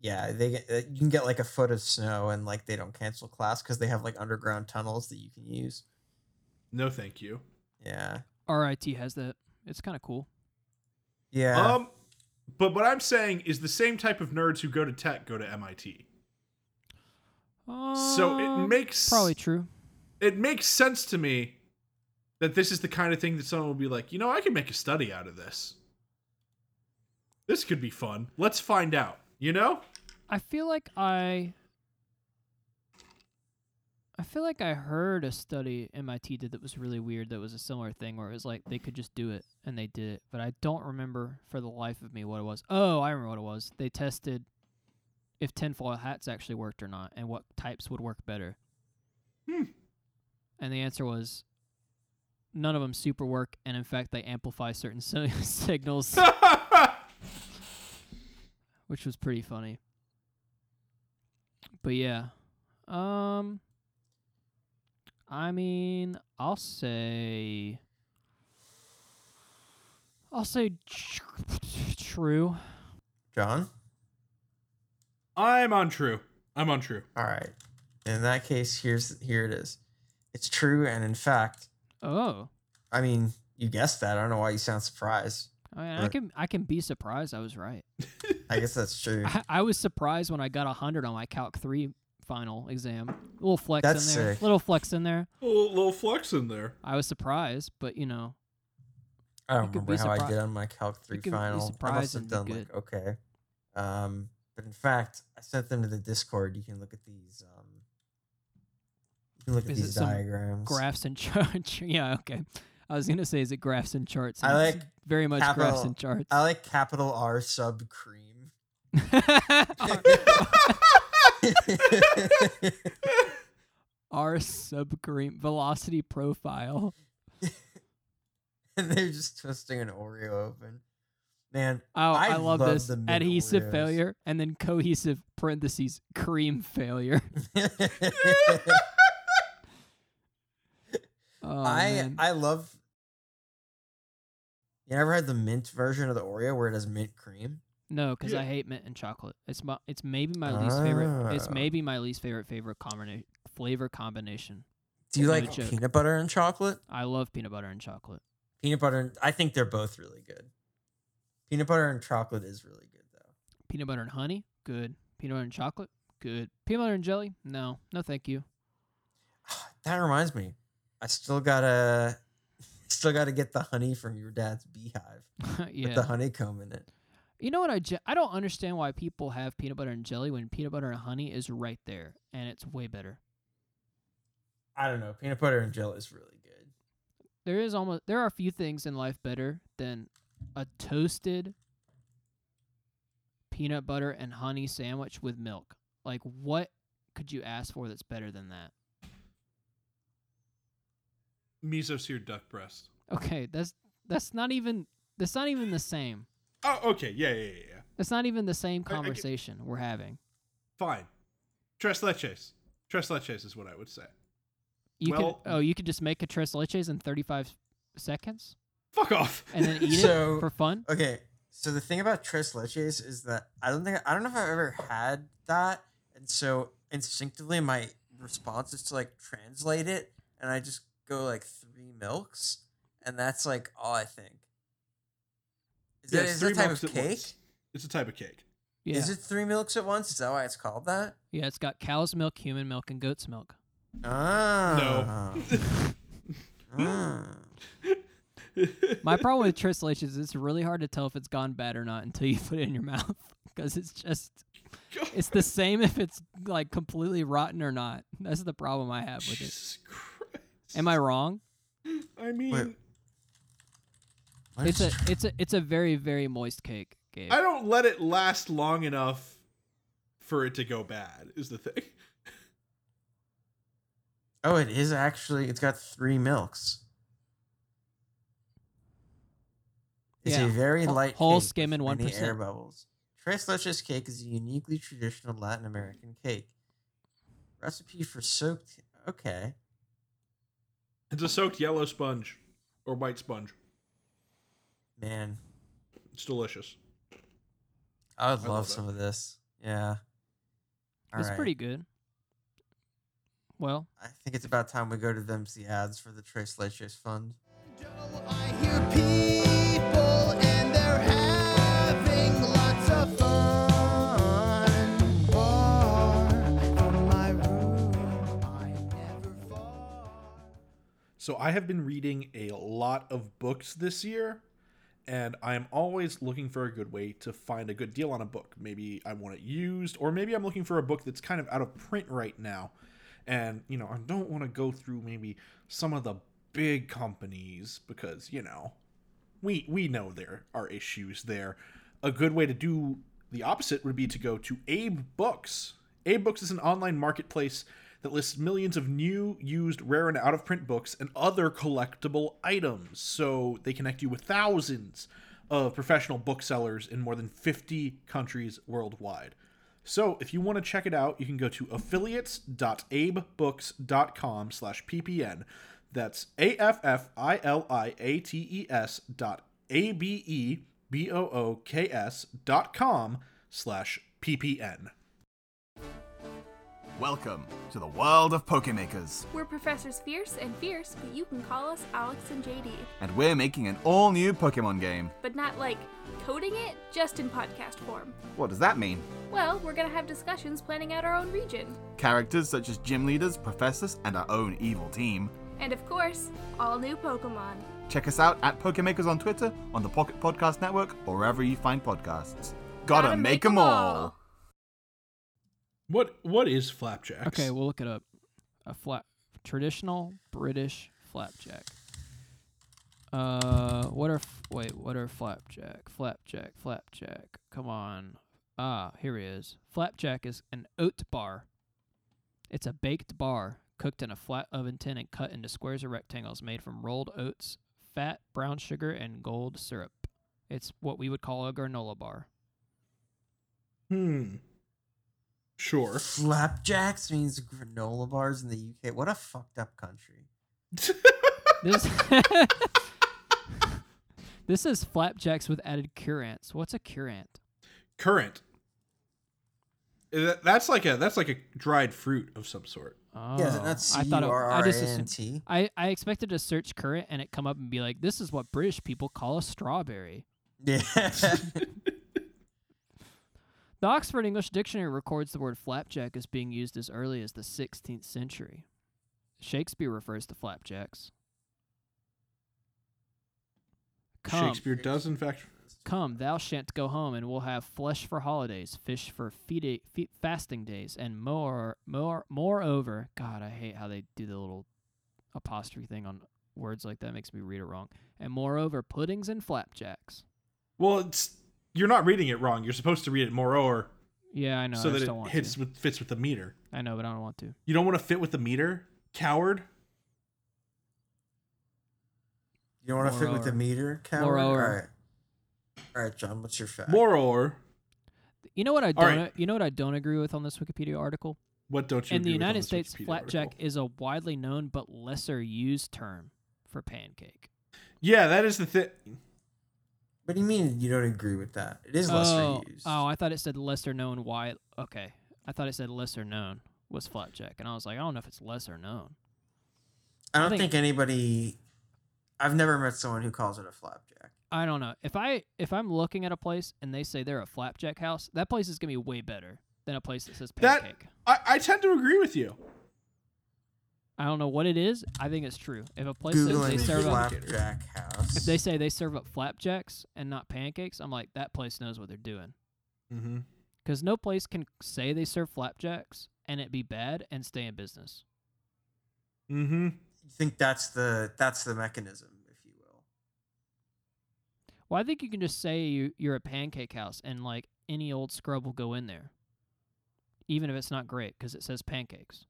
B: yeah, they get, uh, you can get like a foot of snow and like they don't cancel class because they have like underground tunnels that you can use.
C: No, thank you.
B: Yeah,
A: RIT has that. It's kind of cool.
B: yeah,
C: Um, but what I'm saying is the same type of nerds who go to tech go to MIT. So it
A: Um,
C: makes
A: probably true.
C: it makes sense to me that this is the kind of thing that someone will be like, you know, I can make a study out of this. This could be fun. Let's find out. You know?
A: I feel like I. I feel like I heard a study MIT did that was really weird. That was a similar thing where it was like they could just do it and they did it, but I don't remember for the life of me what it was. Oh, I remember what it was. They tested if tinfoil hats actually worked or not, and what types would work better.
C: Hmm.
A: And the answer was none of them super work, and in fact they amplify certain si- signals, which was pretty funny. But yeah. Um I mean, I'll say I'll say tr- true.
B: John.
C: I'm on true. I'm on true.
B: All right. In that case, here's here it is. It's true, and in fact,
A: Oh.
B: I mean, you guessed that. I don't know why you sound surprised.
A: I mean, I
B: Right.
A: can I can be surprised I was right.
B: I guess that's true.
A: I, I was surprised when I got a 100 on my calc 3 final exam. Little flex
B: That's
A: in there.
B: sick.
A: Little flex in there.
C: A little, little flex in there.
A: I was surprised, but you know,
B: I don't
A: could
B: remember
A: be
B: how I
A: surpri-
B: did on my Calc 3
A: could be
B: final. I must
A: surprised
B: have
A: and
B: done
A: good.
B: like okay. Um, but in fact, I sent them to the Discord. You can look at these. Um, you can look at
A: Is it
B: these
A: some
B: diagrams.
A: graphs and charts. yeah, okay. I was gonna say, is it graphs and charts? and
B: I
A: it's
B: like
A: very much graphs
B: capital-
A: and charts.
B: I like capital R sub cream.
A: R, R sub green velocity profile.
B: and they're just twisting an Oreo open. Man,
A: Oh,
B: I
A: I, love,
B: love
A: this
B: the middle
A: adhesive
B: rows.
A: failure and then cohesive parentheses cream failure. Oh,
B: I
A: man.
B: I love. You ever had the mint version of the Oreo where it has mint cream?
A: no, because
C: Yeah.
A: I hate mint and chocolate. It's my, it's maybe my least favorite. It's
B: Ah.
A: maybe my least favorite favorite combina- flavor combination.
B: Do you
A: Not a
B: like
A: joke.
B: peanut butter and chocolate?
A: I love peanut butter and chocolate.
B: Peanut butter and I think they're both really good. Peanut butter and chocolate is really good though.
A: Peanut butter and honey, good. Peanut butter and chocolate, good. Peanut butter and jelly, no, no, thank you.
B: That reminds me. I still gotta still gotta get the honey from your dad's beehive with the
A: yeah,
B: honeycomb in it.
A: You know what I ge- I don't understand why people have peanut butter and jelly when peanut butter and honey is right there and it's way better.
B: I don't know. Peanut butter and jelly is really good.
A: There is almost there are few things in life better than a toasted peanut butter and honey sandwich with milk. Like what could you ask for that's better than that?
C: Miso seared duck breast.
A: Okay, that's that's not even that's not even the same.
C: Oh, okay. Yeah, yeah, yeah. yeah.
A: That's not even the same
C: I- I get-
A: conversation we're having.
C: Fine. Tres leches. Tres leches is what I would say.
A: You
C: Well-
A: could oh, you could just make a tres leches in 35 seconds
C: Fuck off.
A: and then eat
B: So-
A: it for fun.
B: Okay, so the thing about tres leches is that I don't think I don't know if I've ever had that, and so instinctively my response is to like translate it, and I just go like three milks, and that's like all I think. Is
C: Yeah,
B: that
C: it's
B: is that
C: three
B: type
C: milks
B: of
C: at
B: cake?
C: once. It's a type of cake.
A: Yeah.
B: Is it three milks at once? Is that why it's called that?
A: yeah, it's got cow's milk, human milk, and goat's milk.
B: Ah. Ah.
A: My problem with Tris Leches is it's really hard to tell if it's gone bad or not until you put it in your mouth because it's just it's the same if it's like completely rotten or not. That's the problem I have with it.
C: Jesus Christ.
A: Am I wrong?
C: I mean,
B: Wait. What
A: It's a
B: is
A: it's a it's a very very moist cake, Gabe.
C: I don't let it last long enough for it to go bad. Is the thing.
B: Oh, it is actually. It's got three milks. It's
A: Yeah.
B: a very
A: Wh-
B: light
A: whole
B: cake
A: skim
B: with
A: and
B: many
A: 1%.
B: air bubbles. Tres leches cake is a uniquely traditional Latin American cake. Recipe for soaked. Okay,
C: It's a soaked yellow sponge or white sponge.
B: man,
C: It's delicious.
B: I would
C: I
B: love,
C: love that.
B: some of this. Yeah, All
A: it's
B: right.
A: pretty good. Well,
B: I think it's about time we go to them see ads for the Tres Leches Fund.
D: I hear people and they're having lots of fun. Far from my room, I'm never far.
C: So I have been reading a lot of books this year, and I am always looking for a good way to find a good deal on a book. Maybe I want it used, or maybe I'm looking for a book that's kind of out of print right now. And, you know, I don't want to go through maybe some of the big companies because, you know, we we know there are issues there. A good way to do the opposite would be to go to Abe Books. Abe Books is an online marketplace that lists millions of new, used, rare, and out of print books and other collectible items. So they connect you with thousands of professional booksellers in more than 50 countries worldwide. So if you want to check it out, you can go to affiliates.abebooks.com slash ppn. That's A-F-F-I-L-I-A-T-E-S E dot E A-B-E-B-O-O-K-S dot com slash ppn.
E: Welcome to the world of Pokemakers,
F: We're Professors Fierce and Fierce, but you can call us Alex and JD.
E: and we're making an all new Pokemon game.
F: But not like coding it, just in podcast form.
E: What does that mean?
F: Well, we're gonna have discussions planning out our own region.
E: Characters such as gym leaders, professors, and our own evil team.
F: And of course, all new Pokemon.
E: Check us out at Pokemakers on Twitter, on the Pocket Podcast Network, or wherever you find podcasts. Gotta, 'em
F: 'em
E: make 'em all.
C: What what is flapjacks?
A: okay, we'll look it up. A flat traditional British flapjack. Uh, what are f- wait? What are flapjack? Flapjack, flapjack. Come on. Ah, here he is. Flapjack is an oat bar. It's a baked bar cooked in a flat oven tin and cut into squares or rectangles made from rolled oats, fat, brown sugar, and gold syrup. It's what we would call a granola bar.
C: Hmm. Sure.
B: Flapjacks means granola bars in the UK. What a fucked up country.
A: This This is flapjacks with added currants. What's a currant?
C: Currant. Eh, That- That's like a that's like a dried fruit of some sort.
A: Oh,
B: Yeah, that's
A: I thought it, I just assumed,
B: C-U-R-R-A-N-T.
A: I, I expected to search currant and it come up and be like, this is what British people call a strawberry.
B: Yeah.
A: The Oxford English Dictionary records the word flapjack as being used as early as the 16th century. Shakespeare refers to flapjacks. Come.
C: Shakespeare does in fact
A: Come, thou shan't go home, and we'll have flesh for holidays, fish for feed, fe fasting days, and more, more, moreover. God, I hate how they do the little apostrophe thing on words like that. Makes me read it wrong. And moreover, puddings and flapjacks.
C: Well, it's you're not reading it wrong. You're supposed to read it moreover
A: Yeah, I know.
C: so
A: I
C: that
A: just
C: it
A: don't want
C: hits
A: to.
C: with fits with the meter.
A: I know, but I don't want to.
C: You don't want to fit with the meter, coward.
B: You don't want to fit with the
A: Moreover.
B: meter, coward?
A: Moreover.
B: All right. All right, John, what's your fact?
C: Moreover,
A: You know what I
C: All
A: don't.
C: right.
A: You know what I don't agree with on this Wikipedia article.
C: what don't you?
A: In the
C: agree with on
A: United
C: this
A: States,
C: Wikipedia
A: flapjack
C: article?
A: is a widely known but lesser used term for pancake.
C: Yeah, that is the thing.
B: What do you mean you don't agree with that? It is lesser
A: oh,
B: used.
A: oh, I thought it said lesser known. Why? Okay, I thought it said lesser known was flapjack, and I was like, I don't know if it's lesser known.
B: I don't
A: I think-
B: think, anybody. I've never met someone who calls it a flapjack.
A: I don't know if I if I'm looking at a place and they say they're a flapjack house, that place is gonna be way better than a place that says
C: That-
A: pancake.
C: I, I tend to agree with you.
A: I don't know what it is. I think it's true. If a place says they
B: Googling
A: serve up,
B: flapjack house.
A: if they say they serve up flapjacks and not pancakes, I'm like that place knows what they're doing.
C: Mm-hmm.
A: Because no place can say they serve flapjacks and it be bad and stay in business.
C: Mm-hmm.
B: you think that's the that's the mechanism, if you will.
A: Well, I think you can just say you, you're a pancake house and like any old scrub will go in there, even if it's not great because it says pancakes.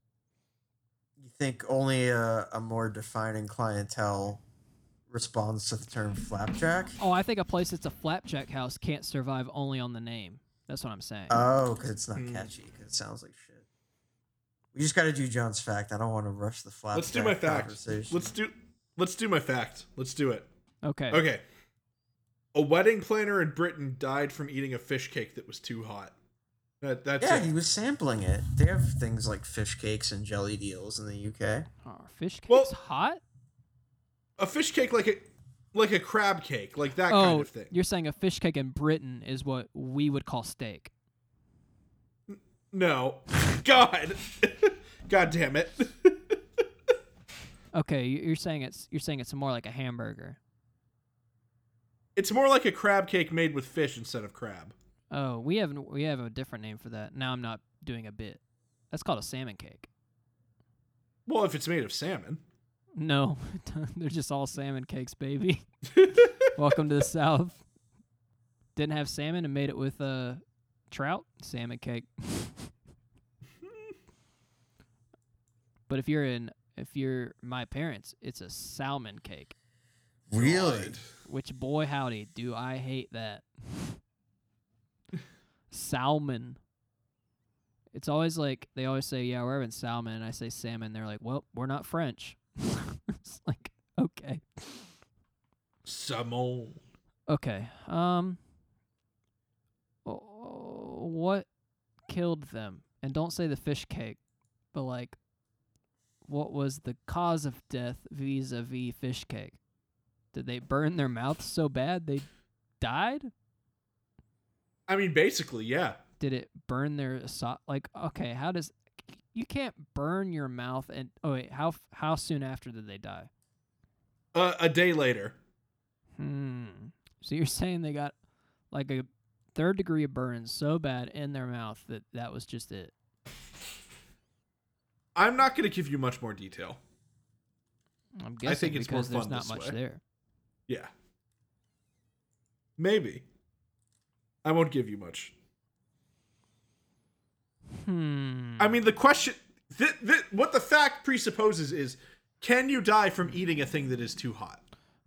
B: You think only a, a more defining clientele responds to the term flapjack?
A: Oh, I think a place that's a flapjack house can't survive only on the name. That's what I'm saying.
B: Oh, because it's not
C: Hmm.
B: catchy. Because it sounds like shit. We just got to do John's fact. I don't want to rush the flapjack
C: Let's do my fact.
B: conversation.
C: Let's do. Let's do my fact. Let's do it.
A: okay.
C: Okay. A wedding planner in Britain died from eating a fish cake that was too hot. That that's
B: yeah,
C: it.
B: he was sampling it. They have things like fish cakes and jelly deals in the UK.
A: Are fish cakes
C: Well-
A: hot?
C: a fish cake like a like a crab cake, like that
A: oh,
C: kind of thing.
A: you're saying a fish cake in Britain is what we would call steak.
C: No. God. God damn it.
A: Okay, you- you're saying it's you're saying it's more like a hamburger.
C: it's more like a crab cake made with fish instead of crab.
A: Oh, we have n- we have a different name for that. Now I'm not doing a bit. That's called a salmon cake.
C: Well, if it's made of salmon.
A: No, they're just all salmon cakes, baby. Welcome to the South. Didn't have salmon and made it with uh, trout salmon cake. but if you're in, if you're my parents, it's a salmon cake.
B: Really?
A: Which boy howdy, do I hate that. salmon. It's always like they always say, "Yeah, we're having salmon," and I say salmon. They're like, "Well, we're not French." it's like, okay,
C: Salmon.
A: okay. Um, oh, what killed them? And don't say the fish cake, but like, what was the cause of death vis-a-vis fish cake? Did they burn their mouths so bad they died?
C: I mean, basically, yeah.
A: did it burn their so- like okay how does you can't burn your mouth and oh wait how f- how soon after did they die
C: Uh, a day later.
A: hmm so you're saying they got like a third degree burn so bad in their mouth that that was just it
C: I'm not going to give you much more detail.
A: i'm guessing
C: it's more
A: because there's
C: fun
A: not
C: this
A: much
C: way.
A: there
C: Yeah. Maybe. I won't give you much.
A: hmm
C: I mean, the question, th- th- what the fact presupposes is, can you die from eating a thing that is too hot?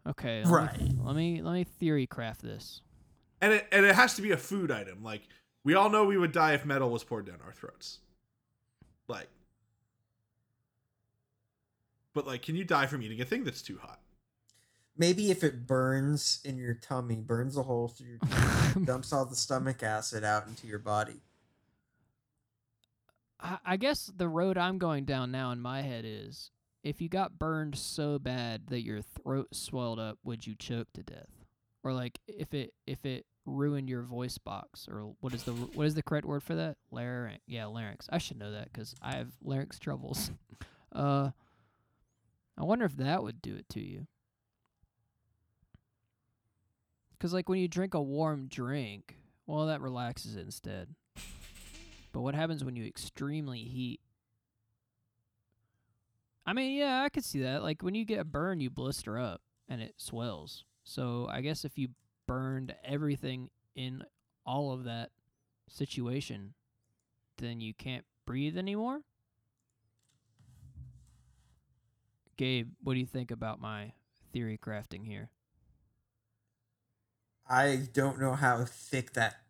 A: okay let me, let me let me theory craft this
C: And it and it has to be a food item. Like we all know we would die if metal was poured down our throats. Like, but like, can you die from eating a thing that's too hot?
B: Maybe if it burns in your tummy, burns a hole through your tummy, dumps all the stomach acid out into your body.
A: I, I guess the road i'm going down now in my head is if you got burned so bad that your throat swelled up, would you choke to death? Or like if it if it ruined your voice box or what is the what is the correct word for that? Larynx. Yeah, larynx. I should know that cuz I have larynx troubles. uh I wonder if that would do it to you. Because like when you drink a warm drink, well, that relaxes it instead. but what happens when you extremely heat? I mean, yeah, I could see that. Like when you get a burn, you blister up and it swells. So I guess if you burned everything in all of that situation, then you can't breathe anymore. Gabe, what do you think about my theory crafting here?
B: I don't know how thick that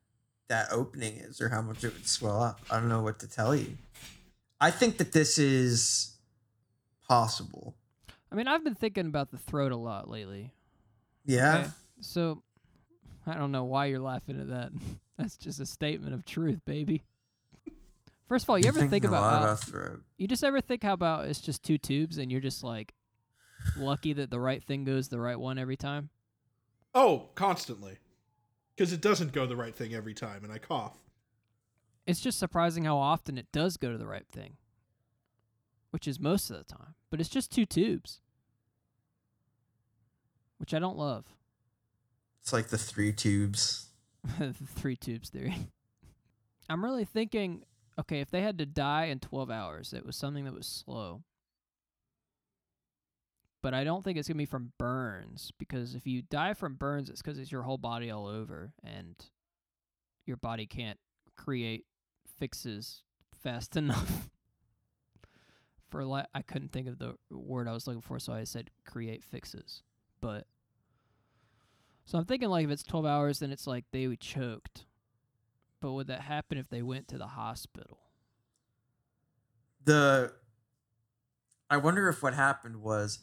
B: that opening is or how much it would swell up. I don't know what to tell you. I think that this is possible.
A: I mean, I've been thinking about the throat a lot lately.
B: Yeah.
A: Okay. So I don't know why you're laughing at that. That's just a statement of truth, baby. First of all, Oh, you ever
B: Thinking
A: think
B: a
A: about
B: lot
A: how,
B: about throat.
A: you just ever think how about it's just two tubes and you're just like lucky that the right thing goes the right one every time?
C: Oh, constantly. Because it doesn't go the right thing every time, and I cough.
A: It's just surprising how often it does go to the right thing. Which is most of the time. But it's just two tubes. Which I don't love.
B: It's like the three tubes.
A: the three tubes theory. I'm really thinking, okay, if they had to die in 12 hours, it was something that was slow. But I don't think it's going to be from burns because if you die from burns, it's because it's your whole body all over and your body can't create fixes fast enough. For la- I couldn't think of the word I was looking for, so I said create fixes. But so I'm thinking like if it's 12 hours, then it's like they were choked. But would that happen if they went to the hospital?
B: The I wonder if what happened was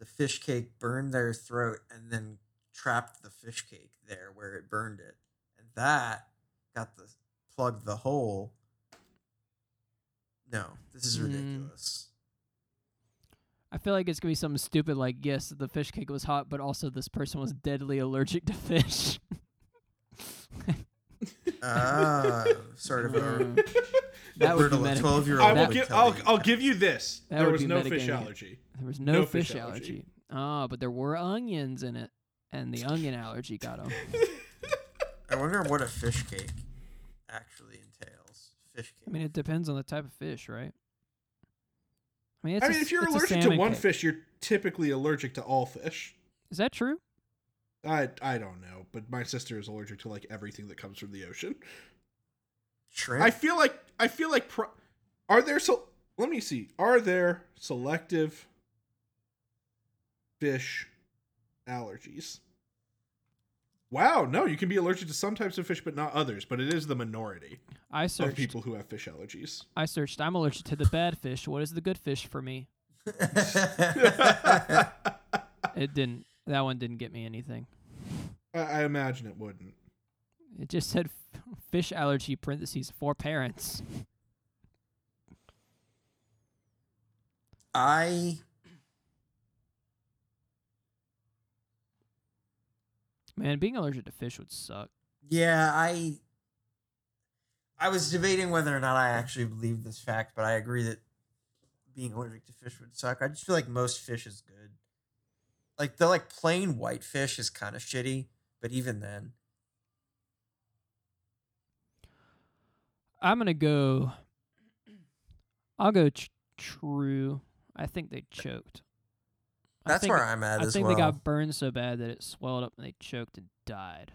B: the fish cake burned their throat and then trapped the fish cake there where it burned it. And that got the plugged the hole. No, this is
A: Mm.
B: ridiculous.
A: I feel like it's gonna be something stupid like yes, the fish cake was hot, but also this person was deadly allergic to fish.
B: Ah, sort of a
A: Mm. that would be
B: Roberta,
A: medic-
B: 12-year-old
C: I
A: that-
C: will
B: would
C: give.
B: tell
C: I'll,
B: you
C: I'll
B: that.
C: give you this.
A: That
C: there
A: would
C: was
A: be
C: no
A: metagaming.
C: fish allergy.
A: There was no,
C: No
A: fish,
C: fish
A: allergy. Ah, but there were onions in it, and the onion allergy got him.
B: I wonder what a fish cake actually entails. Fish cake.
A: I mean, it depends on the type of fish, right? I mean, it's
C: I
A: a
C: mean,
A: s-
C: if you're
A: it's a
C: allergic to
A: salmon
C: one
A: cake.
C: fish, you're typically allergic to all fish.
A: is that true?
C: I I don't know, but my sister is allergic to like everything that comes from the ocean.
B: shrimp.
C: I feel like I feel like pro- are there so let me see. Are there selective fish allergies? Wow, no, you can be allergic to some types of fish but not others, but it is the minority
A: I
C: of
A: searched.
C: people who have fish allergies.
A: I searched. I'm allergic to the bad fish. What is the good fish for me?
B: I,
A: It didn't. That one didn't get me anything.
C: I, I imagine it wouldn't.
A: It just said f- fish allergy parentheses for parents. Man, being allergic to fish would suck.
B: yeah, I I was debating whether or not I actually believe this fact, but I agree that being allergic to fish would suck. I just feel like most fish is good. Like the like plain white fish is kind of shitty, but even then,
A: I'm gonna go. I'll go tr- true. I think they choked. I
B: that's
A: think-
B: where I'm at
A: I
B: as
A: think
B: well.
A: they got burned so bad that it swelled up and they choked and died.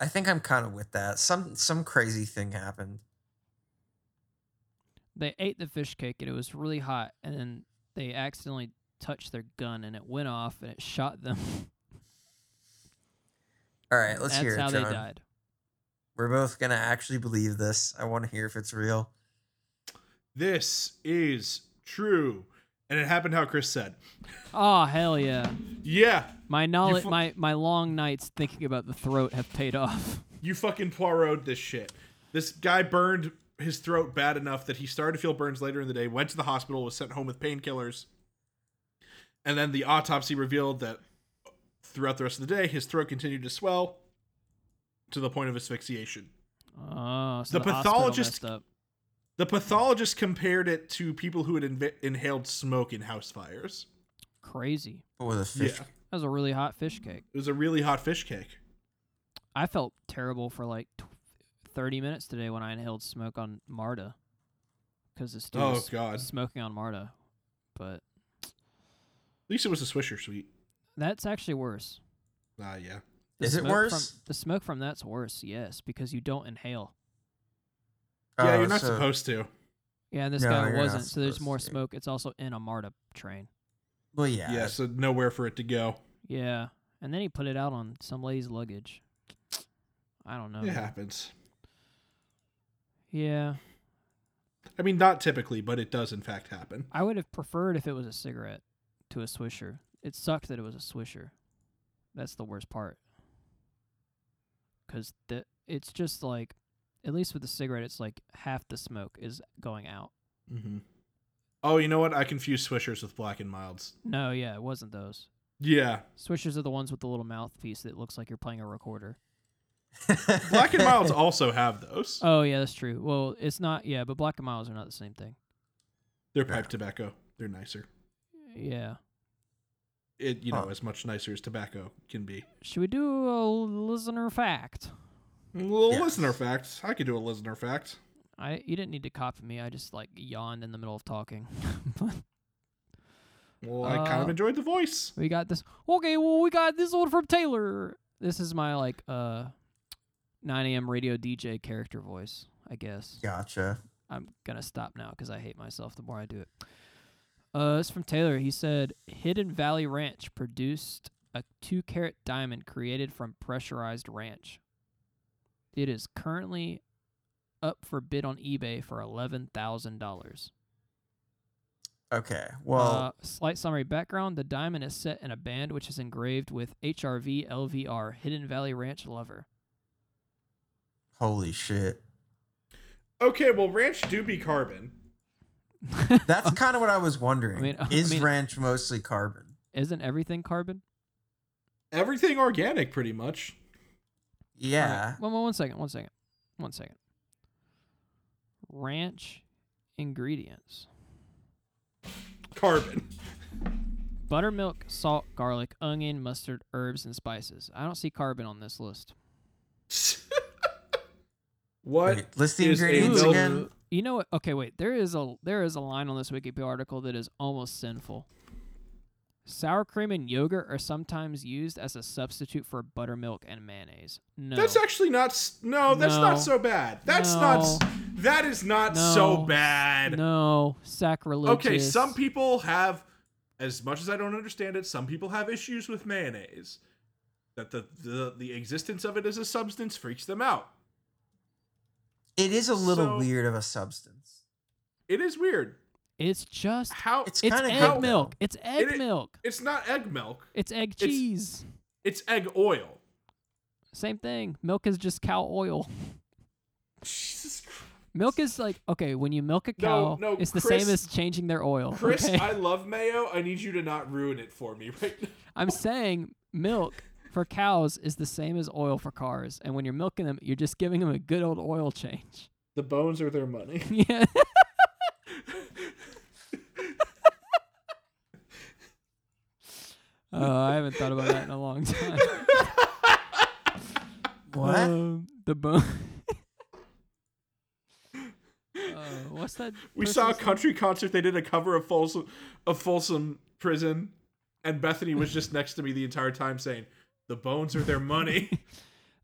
B: I think I'm kind of with that. Some some crazy thing happened.
A: They ate the fish cake and it was really hot, and then they accidentally touched their gun and it went off and it shot them.
B: All right, let's
A: That's
B: hear it,
A: how
B: John.
A: they died.
B: We're both gonna actually believe this. I want to hear if it's real.
C: This is true. And it happened how Chris said.
A: Oh hell yeah!
C: Yeah,
A: My knowledge,
C: fu-
A: my my long nights thinking about the throat have paid off.
C: you fucking Poirot this shit. This guy burned his throat bad enough that he started to feel burns later in the day, went to the hospital, was sent home with painkillers. And then the autopsy revealed that throughout the rest of the day, his throat continued to swell to the point of asphyxiation.
A: Oh, so
C: The
A: the, hospital
C: pathologist-
A: messed up.
C: The pathologist compared it to people who had inv- inhaled smoke in house fires.
A: Crazy.
B: But with a fish,
C: Yeah.
A: I was a really hot fish cake.
C: It was a really hot fish cake.
A: I felt terrible for like tw- 30 minutes today when I inhaled smoke on Marta because this dude
C: Oh,
A: was
C: God.
A: smoking on Marta. But
C: At least it was a Swisher sweet.
A: that's actually worse.
C: Ah, yeah.
A: The
B: Is it
A: smoke from-
B: worse?
A: the smoke from that's worse, yes, because you don't inhale.
C: yeah,
B: Oh,
C: you're not
B: so-
C: supposed to.
A: Yeah, and this
B: No,
A: guy
B: you're not
A: wasn't. So there's
B: supposed
A: more
B: to.
A: smoke. It's also in a Marta train.
B: Well, yeah.
C: Yeah, so nowhere for it to go.
A: Yeah, and then he put it out on some lady's luggage. I don't know.
B: Oh.
C: It
A: man.
C: happens.
A: Yeah,
C: I mean, not typically, but it does in fact happen.
A: I would have preferred if it was a cigarette to a swisher. It sucked that it was a swisher. That's the worst part. Cause the it's just like, at least with the cigarette, it's like half the smoke is going out.
C: Mm-hmm. Oh, you know what? I confuse Swishers with Black and Milds.
A: No, yeah, it wasn't those.
C: Yeah,
A: Swishers are the ones with the little mouthpiece that looks like you're playing a recorder.
C: Black and Milds also have those.
A: Oh yeah, that's true. Well, it's not. Yeah, but black and miles are not the same thing.
C: They're pipe tobacco. They're nicer.
A: Yeah.
C: It you know
B: Huh.
C: as much nicer as tobacco can be.
A: Should we do a listener fact?
C: Well,
B: Mm, Yes.
C: listener fact. I could do a listener fact.
A: I you didn't need to copy me. I just like yawned in the middle of talking. but
C: Well, I kind of
A: Uh,
C: enjoyed the voice.
A: we got this. Okay, well we got this one from Taylor. This is my like uh 9 a.m. radio DJ character voice, I guess.
B: Gotcha.
A: I'm gonna stop now because I hate myself the more I do it. Uh, it's from Taylor. He said Hidden Valley Ranch produced a two carat diamond created from pressurized ranch. It is currently up for bid on eBay for eleven thousand dollars.
B: Okay. Well,
A: uh, slight summary background: the diamond is set in a band which is engraved with HRV LVR Hidden Valley Ranch Lover.
B: holy shit.
C: Okay, well, ranch do be carbon.
B: That's kind of what I was wondering.
A: I mean- I
B: Is
A: mean-
B: ranch mostly carbon?
A: Isn't everything carbon?
C: Everything organic, pretty much.
A: All right,
B: Yeah.
A: One, one, one second. One second. One second. Ranch ingredients:
C: Carbon.
A: buttermilk, salt, garlic, onion, mustard, herbs, and spices. I don't see carbon on this list.
C: what?
B: Wait, list the
C: is a
B: ingredients
C: mil-
B: again.
A: You know what? Okay, wait. There is a there is a line on this Wikipedia article that is almost sinful. Sour cream and yogurt are sometimes used as a substitute for buttermilk and mayonnaise. No,
C: That's actually not. s- No, that's
A: No.
C: not so bad. That's not. s-
A: No.
C: That is not
A: No.
C: so bad.
A: no sacrilegious.
C: okay, some people have, as much as I don't understand it, some people have issues with mayonnaise. That the the, the existence of it as a substance freaks them out.
B: It is a little
C: So-
B: weird of a substance.
C: It is weird.
A: It's just
C: How
B: It's
C: it's,
A: it's
B: kinda
A: egg
B: good, though.
A: milk. It's egg
C: It i-
A: milk.
C: not egg milk.
A: It's egg
C: It's-
A: cheese.
C: It's egg oil.
A: Same thing. Milk is just cow oil.
C: Jesus Christ.
A: Milk is like okay, when you milk a cow,
C: no,
A: it's the
C: Chris-
A: same as changing their oil.
C: Chris,
A: okay?
C: I love mayo. I need you to not ruin it for me right now.
A: I'm saying milk for cows is the same as oil for cars, and when you're milking them, you're just giving them a good old oil change. Uh,
C: The bones are their money.
A: yeah. Oh, I haven't thought about that in a long time.
B: What?
A: Um, the bone. uh, what's that?
C: We saw a
A: person's-
C: country concert. They did a cover of Folsom, of Folsom Prison, and Bethany was just next to me the entire time saying, "The bones are their money."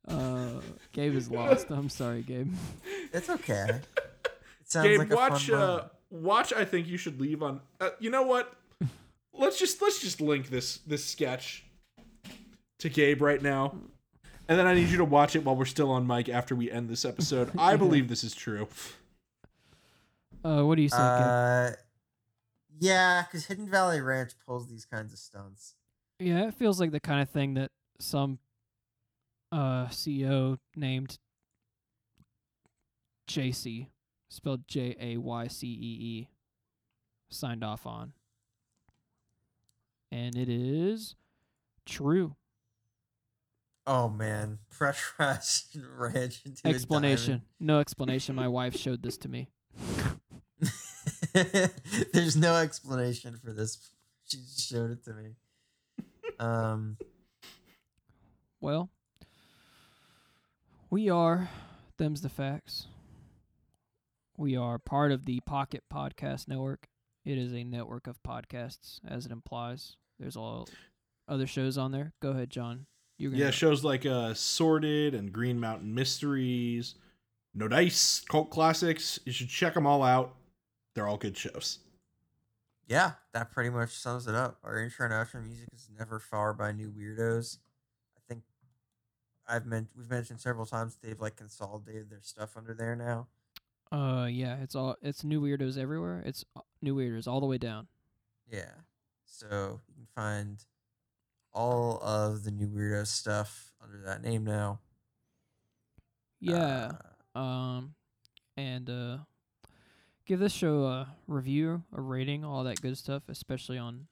A: Uh, Gabe is lost. I'm sorry, Gabe.
B: It's okay. It sounds
C: Gabe,
B: like a
C: watch,
B: fun
C: uh,
B: moment.
C: watch. I think you should leave on. Uh, you know what? Let's just let's just link this this sketch to Gabe right now, and then I need you to watch it while we're still on mic after we end this episode. I believe this is true.
A: Uh, what do you say,
B: Uh, yeah, because Hidden Valley Ranch pulls these kinds of stunts.
A: Gabe? Yeah, it feels like the kind of thing that some uh CEO named JC, spelled J A Y C E E, signed off on. And it is true.
B: Oh man, pressurized ranch into a
A: explanation. No explanation. My wife showed this to me.
B: diamond. There's no explanation for this. She just showed it to me. Um,
A: Well, we are them's the facts. We are part of the Pocket Podcast Network. It is a network of podcasts, as it implies. There's all other shows on there. Go ahead, John. You're gonna
C: Yeah, shows like uh Sorted and Green Mountain Mysteries, No Dice, Cult Classics. You should check them all out. They're all good shows.
B: yeah, that pretty much sums it up. Our intro and outro music is "Never Far" by New Weirdos. I think I've meant we've mentioned several times they've like consolidated their stuff under there now.
A: Uh, yeah, it's all it's new weirdos everywhere. It's uh, new weirdos all the way down.
B: Yeah, so you can find all of the New Weirdos stuff under that name now.
A: Yeah.
B: Uh,
A: um, and uh, give this show a review, a rating, all that good stuff, especially on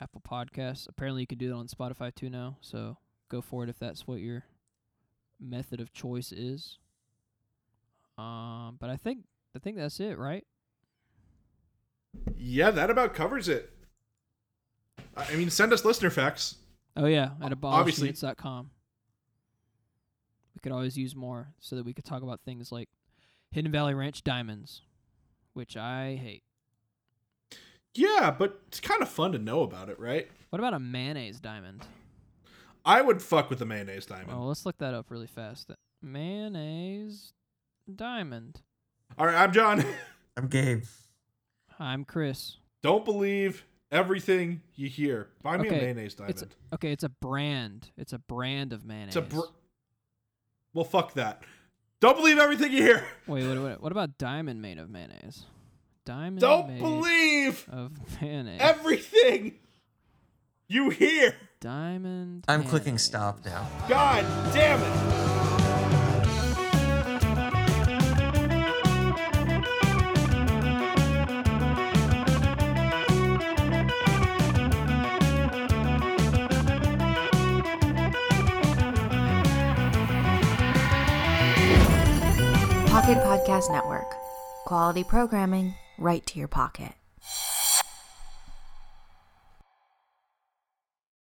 A: Apple Podcasts. Apparently, you can do that on Spotify too now. So go for it if that's what your method of choice is. Um, but I think I think that's it, right?
C: Yeah, that about covers it. I I mean, send us listener facts.
A: Oh yeah, at
C: obviously-
A: abolishunits.com. We could always use more so that we could talk about things like Hidden Valley Ranch diamonds, which I hate.
C: Yeah, but it's kind of fun to know about it, right?
A: What about a mayonnaise diamond?
C: I would fuck with the mayonnaise diamond.
A: Oh, let's look that up really fast. Mayonnaise diamond.
C: All right, I'm John.
B: I'm Gabe.
A: I'm Chris.
C: Don't believe everything you hear. Buy me a
A: Okay,
C: mayonnaise diamond.
A: It's
C: It's,
A: okay. It's a brand. It's a brand of mayonnaise.
C: a br- well, fuck that. Don't believe everything you hear.
A: Wait, what, what? What about diamond made of mayonnaise? Diamond.
C: Don't
A: made
C: believe
A: of mayonnaise.
C: everything you hear.
A: diamond.
B: I'm clicking
A: mayonnaise.
B: stop now.
C: God damn it.
G: Pocket Podcast Network. Quality programming right to your pocket.